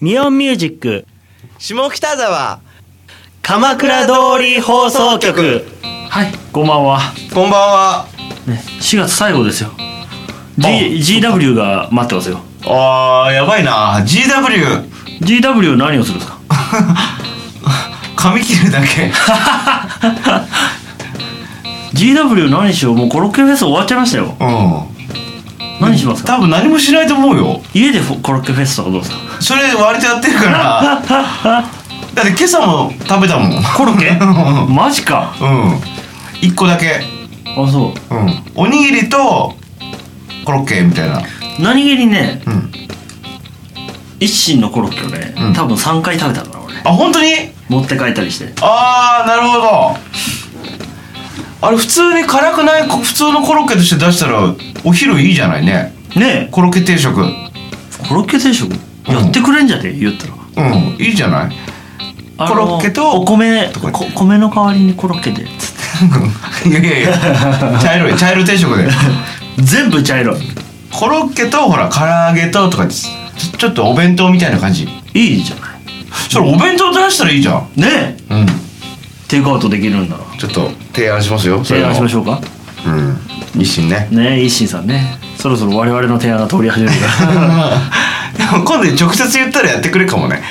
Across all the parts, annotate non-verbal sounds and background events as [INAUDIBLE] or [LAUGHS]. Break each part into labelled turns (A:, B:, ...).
A: ミオンミュージック
B: 下北沢
A: 鎌倉通り放送局はいこんばんは
B: こんばんは
A: ね4月最後ですよ G GW が待ってますよ
B: あーやばいな GW
A: GW 何をするん [LAUGHS] ですか
B: 髪切るだけ
A: GW 何しようもうコロッケフェス終わっちゃいましたよ
B: うん
A: 何しますか
B: 多分何もしないと思うよ
A: 家でフォコロッケフェスとかどうですか
B: それ割とやってるからだ [LAUGHS] って今朝も食べたもん
A: コロッ
B: う
A: ケマジか
B: ん一個だけ
A: あそ
B: うんおにぎりとコロッケみたいな
A: う何気にね
B: うん
A: 一心のコロッケをね、
B: うん
A: 多分3回食べたんだな俺
B: あ本当に
A: 持って帰ったりして
B: ああなるほどあれ普通に辛くないこ普通のコロッケとして出したらお昼いいじゃないね
A: ね
B: コロッケ定食う
A: えコロッケ定食やってくれんじゃねえ、言ったら
B: んいいじゃない [LAUGHS]
A: あの
B: コロッケと
A: お米
B: とか言っ
A: こ
B: て
A: 米の代わりにコロッケでつって
B: いやいやいや茶色い茶色定食で
A: 全部茶色い
B: コロッケとほら唐揚げととかですちょちょっとお弁当みたいな感じ
A: いいじゃない
B: それお弁当出したらいいじゃん
A: ねえ
B: うん
A: テイクアウトできるんだら
B: ちょっと提案しますよ
A: 提案しま
B: ょ
A: しょうか
B: ううん日清 [LAUGHS] ね
A: ねえ一心さんねそろそろ我々の提案が通り始めるか
B: [LAUGHS] で
A: ら
B: も今度直接言ったらやってくれるかも [LAUGHS] ね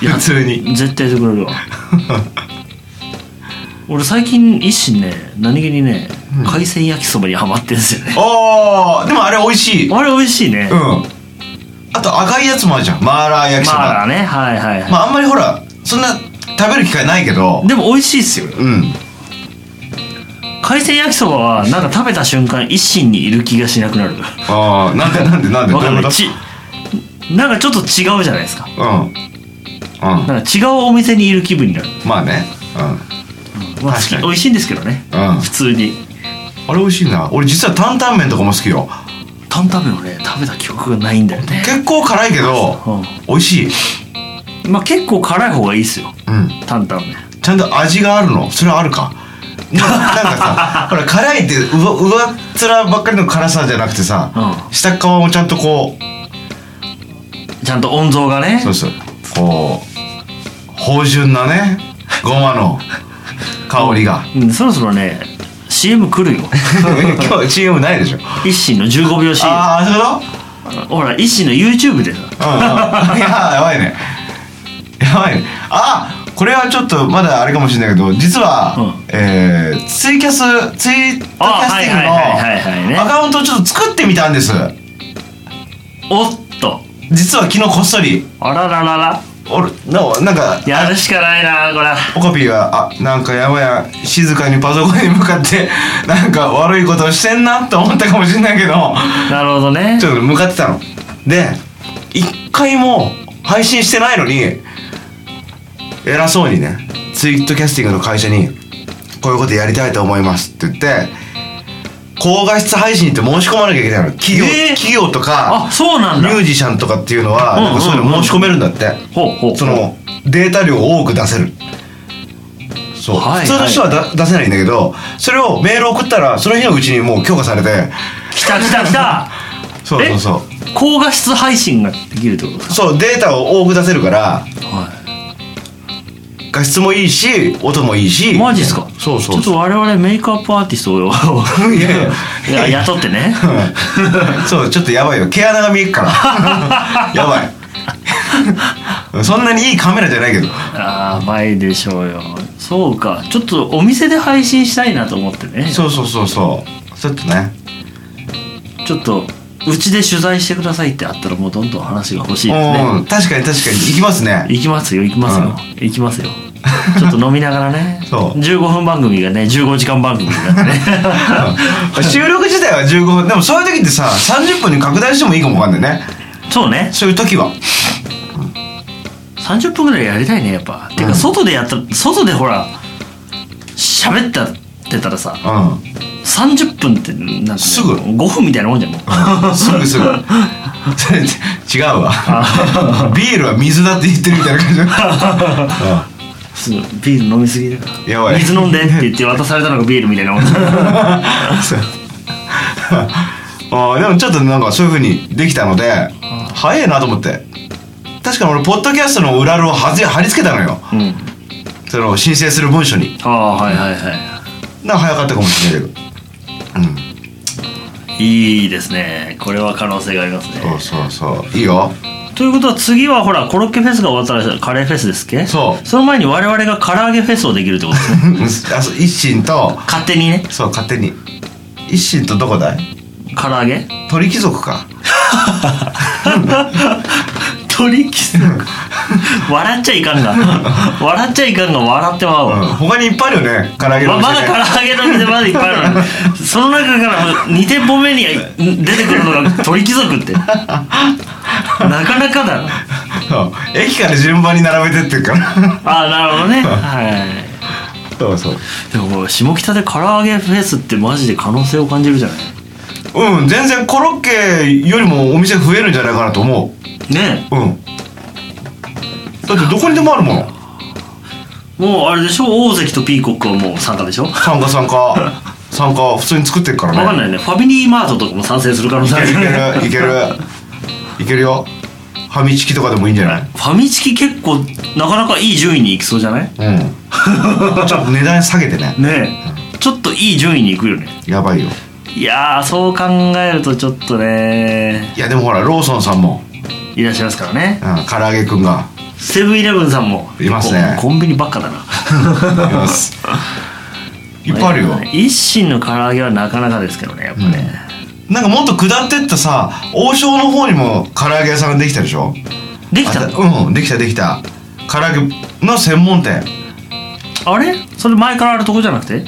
A: いや
B: 普通に
A: 絶対やってくれるわ俺最近一心ね何気にね、海鮮焼きそばにハマってんですよね
B: おーでもあれ美味しいうん
A: あれ美味しいね、
B: あと赤いやつもあるじゃんマーラー焼きそば、
A: まあねはいはい、はい
B: まああんまりほらそんな食べる機会ないけど
A: でも美味しいっすよ
B: うん
A: 海鮮焼きそばはなんか食べた瞬間一心にいる気がしなくなる
B: ああなんでなんでなんで
A: わかん
B: ど
A: な
B: う
A: いうちなんかちょっと違うじゃないですか
B: ことうんうん
A: なんか違うお店にいる気分になる、
B: まあね
A: まあ、好
B: 確か
A: き
B: に
A: 美味しいんですけどね
B: うんうん
A: 普通に
B: あれ美味しいな俺実は担々麺とかも好きよ
A: 担々麺をね食べた記憶がないんだよね、
B: 結構辛いけど
A: う
B: 美味しい
A: ん、まあ結構辛い方がいいっすよ
B: うん
A: 担々麺
B: ちゃんと味があるのそれはあるかななんかさ [LAUGHS] ほら辛いってうわうわっ面ばっかりの辛さじゃなくてさ、
A: う
B: 下っ側もちゃんとこ
A: ちゃんと温蔵がね
B: うそうそうこう芳醇なねごまの香りが
A: うん、そろそろね CM 来るよ
B: [LAUGHS] 今日 CM ないでしょ
A: 一心の15秒 CM
B: ああそういうこと
A: ほら一心の YouTube でさ
B: うん [LAUGHS] うん、いややばいねやばいねあこれはちょっとまだあれかもしれないけど実は、
A: うん
B: えーツイキャスツイートキャスティング
A: あはいはいはいはいはいね
B: のアカウントをちょっと作ってみたんです
A: おっと
B: 実は昨日こっそり
A: あらららら
B: おるななんか
A: やるしかないなこれ
B: オカピーがあなんかやばいや静かにパソコンに向かってなんか悪いことをしてんなと思ったかもしれないけど
A: なるほどね
B: ちょっと向かってたので一回も配信してないのに偉そうにねツイートキャスティングの会社に「こういうことやりたいと思います」って言って高画質配信って申し込まなきゃいけないの企業,、
A: えー
B: 企業とか
A: あそうなん
B: ミ
A: だ
B: ュージシャンとかっていうのは
A: うん
B: なんかそういう
A: うんう
B: の
A: ん
B: 申し込めるんだって、
A: ほうほう
B: そのデータ量を多く出せるそう、
A: はい
B: 普通の人はだ出せないんだけどそれをメール送ったらその日のうちにもう許可されて
A: 来た来た来た
B: そうそうそう
A: え高画質配信ができるってことです
B: そうデータを多く出せるから
A: かは
B: 画質もいいし音もいいし
A: いマジっすか
B: そうそう
A: ちょっと我々メイクアップアーティスト
B: [LAUGHS]
A: を
B: いやい
A: い
B: [LAUGHS]
A: や雇ってね
B: そうちょっとやばいよ毛穴が見えっ
A: [LAUGHS]
B: からやばいそんなにいいカメラじゃないけど
A: ああ前でしょうよそうかちょっとお店で配信したいなと思ってね
B: そうそうそうそうちょっとね
A: ちょっとうちで取材してくださいってあったらもうどんどん話が欲しいです
B: う
A: ね
B: ん確かに確かに行きますね
A: 行きますよ行きますよ、行きますよちょっと飲みながらね
B: [LAUGHS] そう
A: 15分番組がね15時間番組にな
B: [LAUGHS]
A: ってね
B: うん収録自体は15分でもそういう時ってさ30分に拡大してもいいかもわかんないね
A: そうね
B: そういう時は
A: 30分ぐらいやりたいねやっぱ、て
B: うん
A: か外でやった外でほら喋ったってたらさ
B: う
A: 30分ってなんか、ね、
B: すぐ
A: 5分みたいなもんじゃんもうん
B: [LAUGHS] すぐすぐそれ違うわビールは水だって言ってるみたいな感じうん
A: すぐビール飲みすぎだから
B: やばい
A: 水飲んでって言って渡されたのがビールみたいなもん
B: [LAUGHS] そうあーでもちょっとなんかそういうふうにできたので早いなと思って確かに俺ポッドキャストの裏ルをはぜ貼り付けたのよ
A: うん
B: その申請する文書に
A: ああはいはいは
B: なんか早かったかもしれないけどうん
A: いいいですねこれは可能性がありますね
B: そうそうそういいよ [LAUGHS]
A: ということは次はほらコロッケフェスが終わったらカレーフェスですっけ
B: そう
A: その前に我々が唐揚げフェスをできるってことですね
B: あそう一心と
A: 勝手にね
B: そう勝手に一心とどこだい
A: 唐揚げ
B: 鳥貴族か
A: 鳥貴族笑っちゃいかんが笑っちゃいかんが笑ってまう
B: う
A: わ、
B: ん他にいっぱいあるよね唐揚げの
A: ま
B: お
A: まだ
B: 店ね
A: 唐揚げの店まだいっぱいあるのにその中から2店舗目に出てくるのが鳥貴族ってなかなかだな
B: そう駅から順番に並べてってるから
A: あなるほどねはい
B: そうそう
A: でもこれ下北で唐揚げフェスってマジで可能性を感じるじゃない
B: うん全然コロッケよりもお店増えるんじゃないかなと思
A: ね
B: ううんだってどこにでもあるもの
A: えもうあれでしょ大関とピーコックはもう参加でしょわ
B: 参加参加参加普通に作ってるからね
A: かんないねファミリーマートとかも賛成する可能性ある
B: いけるいけるいけるいけるよファミチキとかでもいいんじゃない
A: ファミチキ結構なかなかいい順位にいきそうじゃない
B: うんちょっと値段下げてね
A: ねえちょっといい順位にいくよね
B: やばいよ
A: いやーそう考えるとちょっとね
B: いやでもほらローソンさんも、
A: いらっしゃいますからね
B: うん、唐揚げくんが
A: セブンイレブンさんも
B: いますね
A: コンビニばっかだない
B: ます [LAUGHS] いっぱいあるよ
A: 一心の唐揚げはなかなかですけどねやっぱね、
B: なんかもっと下ってったさ王将の方にも唐揚げ屋さんができたでしょ
A: できた
B: あうんできたできた唐揚げの専門店
A: あれそれ前からあるとこじゃなくて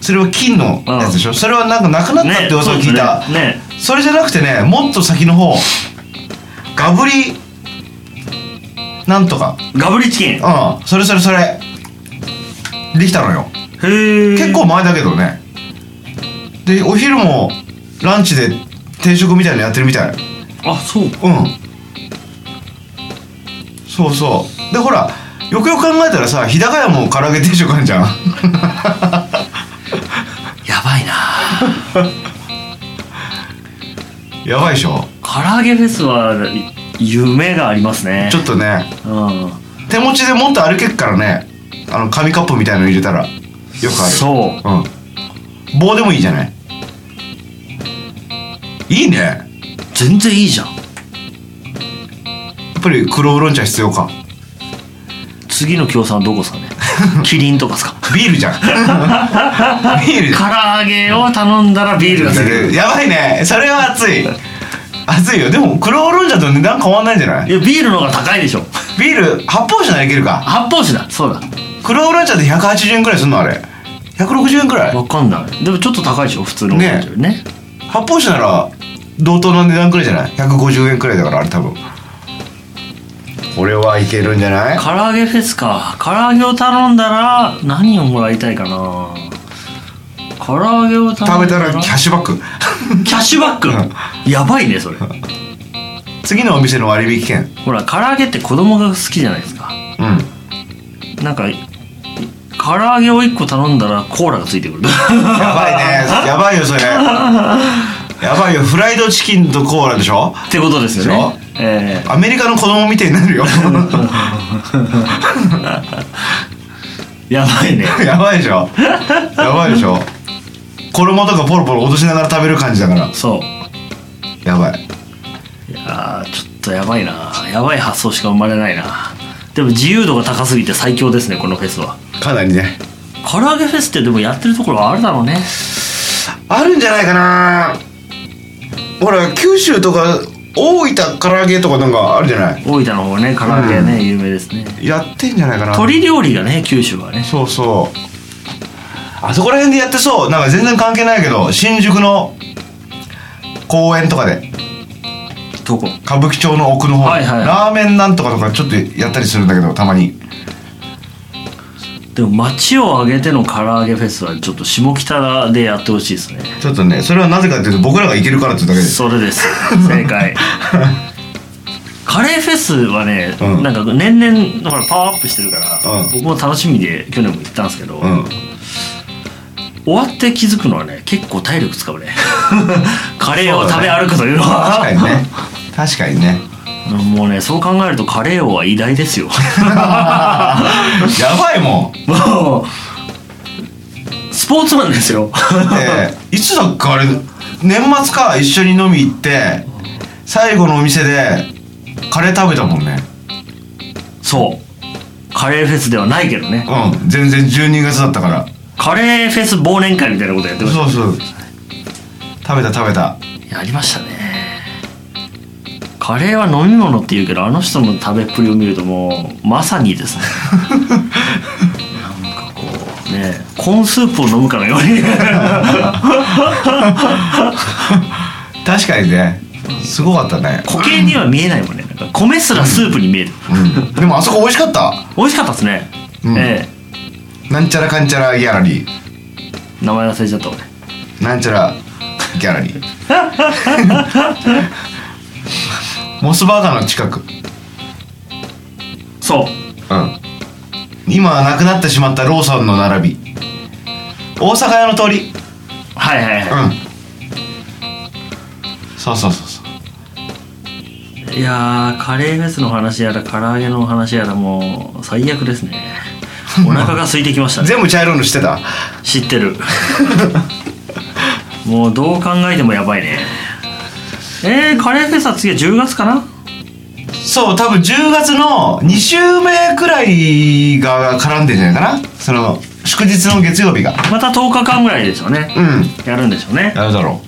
B: それは金のやつでしょ、それはなんかなくなったって噂を聞いた、
A: ねね
B: それじゃなくてねもっと先の方ガブリなんとか
A: ガブリチキンへ
B: うんそれそれそれできたのよ
A: え
B: 結構前だけどねでお昼もランチで定食みたいなのやってるみたい
A: あそう
B: うんそうそうでほらよくよく考えたらさ日高屋も唐揚げ定食あるじゃん [LAUGHS]
A: やばいな
B: やばいでしょ
A: 唐揚げフェスはい夢がありますね
B: ちょっとね
A: うん
B: 手持ちでもっと歩けっからねあの紙カップみたいの入れたらよくある
A: そう
B: うん棒でもいいじゃないいいねや
A: 全然いいじゃん
B: っぱり黒ウーロン茶必要か
A: 次の協賛はどこですかね [LAUGHS] キリンとかですか
B: ビール
A: [LAUGHS]
B: じゃんビールじゃん
A: 唐揚げを頼んだらビールが出てくる
B: やばいねそれは熱い熱いよでも黒ウーロン茶と値段変わんないんじゃない
A: いやビールの方が高いでしょ
B: ビール発泡酒ならいけるか
A: 発泡酒だそうだ
B: 黒ウーロン茶って180円くらいすんのあれ160円くらい
A: わかんないでもちょっと高いでしょ普通のお酒よりね
B: 発泡酒なら同等の値段くらいじゃない150円くらいだからあれ多分俺はいけるんじゃない
A: 唐揚げフェスか唐揚げを頼んだら何をもらいたいかな唐揚げを
B: 食
A: 頼
B: べ
A: んだ
B: た
A: ら
B: らキャッシュバック [LAUGHS]
A: キャッシュバック、やばいねそれ
B: 次のお店の割引券
A: ほら唐揚げって子供が好きじゃないですか
B: うん
A: なんかい唐揚げを1個頼んだらコーラがついてくる
B: やばいねやばいよそれやばいよフライドチキンとコーラでしょ
A: ってことですよねえ
B: アメリカの子供みたいになる [LAUGHS] よ
A: えやばいね [LAUGHS]
B: やばいでしょやばいでし [LAUGHS] ょ衣とかポロポロ落としながら食べる感じだから
A: そう
B: やばい
A: いやーちょっとやばいなやばい発想しか生まれないなでも自由度が高すぎて最強ですねこのフェスは
B: かなりね
A: 唐揚げフェスってでもやってるところはあるだろうね
B: あるんじゃないかなほら九州とか大分唐揚げとかなんかあるじゃない
A: 大分の方ね唐揚げね、有名ですね
B: やってんじゃないかな
A: 鶏料理がね九州はね
B: そうそうあそこら辺でやってそうなんか全然関係ないけど新宿の公園とかで
A: どこ
B: 歌舞伎町の奥の方、
A: はいはい
B: ラーメンなんとかとかちょっとやったりするんだけどたまに
A: でも町を挙げての唐揚げフェスはちょっと下北でやってほしいですね
B: ちょっとねそれはなぜかっていうと僕らが行けるからっていうだけです
A: それです正
B: [LAUGHS]
A: 解カレーフェスはね、
B: うん
A: なんか年々ほらパワーアップしてるから、
B: うん
A: 僕も楽しみで去年も行ったんですけど、
B: うん
A: 終わって気づくのはね結構体力
B: [LAUGHS]
A: 使うねカレーを食べ歩くというの
B: 確
A: は
B: かにね確かにね
A: もうねそう考えるとカレー王は偉大です
B: [LAUGHS]
A: よ
B: やばいもん
A: もうスポーツマンですよ
B: えーいつだっけあれ年末か一緒に飲み行って最後のお店でカレー食べたもんね
A: そうカレーフェスではないけどね
B: うん全然12月だったから
A: カレーフェス忘年会みたいなことやってまし
B: そうそう食べた食べた
A: たやりましたねカレーは飲み物って言うけどあの人の食べっぷりを見るともうまさにですねなんかこうねコーンスープを飲むかのように
B: 確かにねすごかったね、
A: 固形には見えないもんねなんか米すらスープに見える、
B: うん、でもあそこ美味しかった
A: 美味しかったですね、
B: うん
A: え
B: なんちゃらかんちゃらギャラリー
A: え名前忘れちゃった俺
B: なんちゃらギャラリーモスバーガーの近く
A: そう
B: うん今はなくなってしまったローソンの並び大阪屋の通り
A: はいはいは
B: うんそうそうそうそう
A: い、いやーカレーフェスの話やら唐揚げの話やらもう最悪ですねお腹が空いてきましたね
B: 全部茶色いのしてた
A: 知ってる [LAUGHS] もうどう考えてもやばいねえー、カレーフェスは次は10月かな
B: そう多分10月の2週目くらいが絡んでんじゃないかなその祝日の月曜日が
A: また10日間ぐらいでしょうね
B: うん
A: やるんでしょうね
B: やるだろ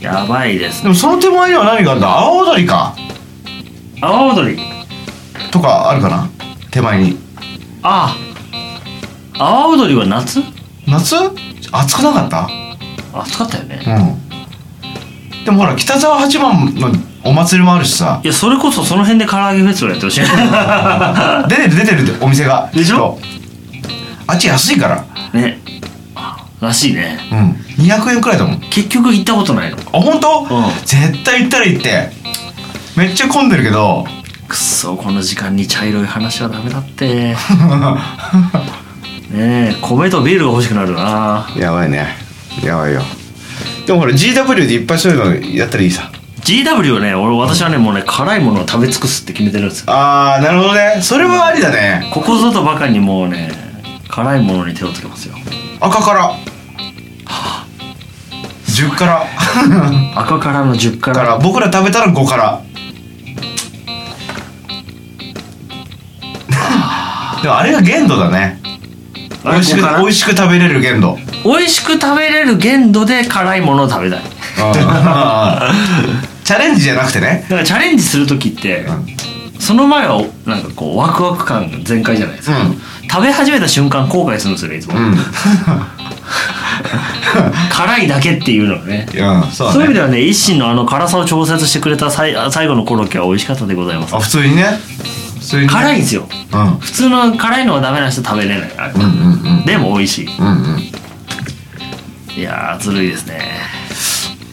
A: やばいです
B: うでもその手前には何があるんだ青踊りか
A: 阿波踊り
B: とかあるかな手前に
A: ああ阿波踊りは夏
B: 夏暑くなかった
A: 暑かったよね
B: うんでもほら北沢八幡のお祭りもあるしさ
A: いやそれこそその辺で唐揚げフェスをやってほしい [LAUGHS]
B: 出てる出てるってお店が
A: でしょ
B: きっとあっち安いから
A: ねらしいね
B: うん200円くらいだもんあ
A: 結局行ったことないの
B: 本当、
A: うん
B: 絶対行ったら行ってめっちゃ混んでるけど
A: くっそこの時間に茶色い話はダメだってねえ米とビールが欲しくなるな
B: [LAUGHS] やばいねやばいよでもほら GW でいっぱいそういうのやったらいいさ
A: GW はね俺私はねもうね辛いものを食べ尽くすって決めてるんですよ
B: あーなるほどねそれはありだね
A: ここぞとばかりにもうね辛いものに手をつけますよ
B: 赤から10から [LAUGHS]
A: 赤からの10か
B: だからら僕ら食べたら5から [LAUGHS] でもあれが限度だね美味しく
A: あれ
B: 美味しく食べれる限度
A: 美味しく食べれる限度で辛いものを食べたい
B: [LAUGHS] チャレンジじゃなくてね
A: だからチャレンジする時って、その前はなんかこうワクワク感全開じゃないですか、
B: うん
A: 食べ始めた瞬間後悔するんですよねいつも、 [LAUGHS]
B: うん、うん、
A: 辛いだけっていうのがね
B: そう
A: そういう意味
B: だね
A: ではね一心のあの辛さを調節してくれた最最後のコロッケは美味しかったでございます
B: あ普通にね普通にね
A: 辛いんですよ
B: うん
A: 普通の辛いのはダメな人食べれないあれ
B: うんうんうん
A: でも美味し
B: うんうん
A: いいやーずるいですね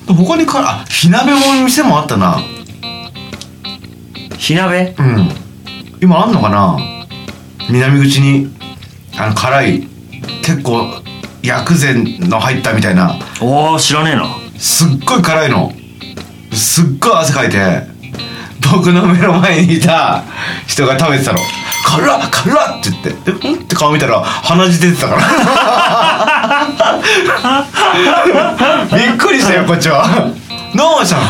B: 他にからあ火鍋も店もあったな
A: 火鍋
B: うん今あんのかな南口にあの辛い結構薬膳の入ったみたいな
A: おお知らねえな
B: すっごい辛いのすっごい汗かいて僕の目の前にいた人が食べてたの「辛っ辛っ!」って言ってで「うん?」って顔見たら鼻血出てたから [LAUGHS] びっくりしたよこっちは「ノーじゃん」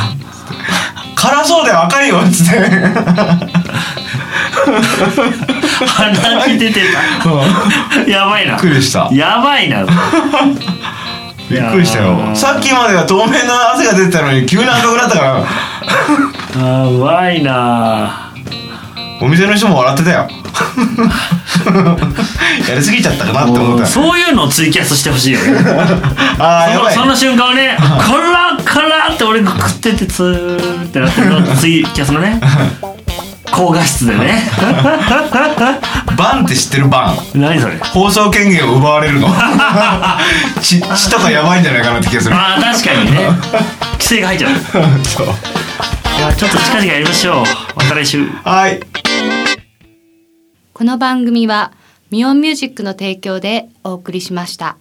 B: 辛そうで赤いよっつって
A: 鼻に出て
B: [LAUGHS]
A: たやばいな
B: びっくりした
A: やばいな
B: びっくりした
A: いや
B: よ
A: ー
B: さっきまでは透明な汗が出てたのに急に赤くなったから
A: やばいな
B: お店の人も笑って
A: [LAUGHS]
B: たよやりすぎちゃったかなって思った
A: そういうのをツイキャスしてほしいよ
B: [LAUGHS]
A: ね
B: あー
A: そ
B: や
A: の
B: ばい
A: その瞬間を
B: [LAUGHS]
A: ね「こらこら!」って俺が食っててツーってなってるのツイキャスのね高画質で
B: [LAUGHS]
A: ね
B: バンって知ってるバン
A: 何それ
B: 放送権限を奪わ
A: [LAUGHS]
B: れるの血血とかやばいんじゃないかなって気がする
A: ああ確かにね規制が入っちゃう
B: [LAUGHS] そう
A: いやちょっと近々やりましょうまた来週
B: はい
C: この番組はミオンミュージックの提供でお送りしました。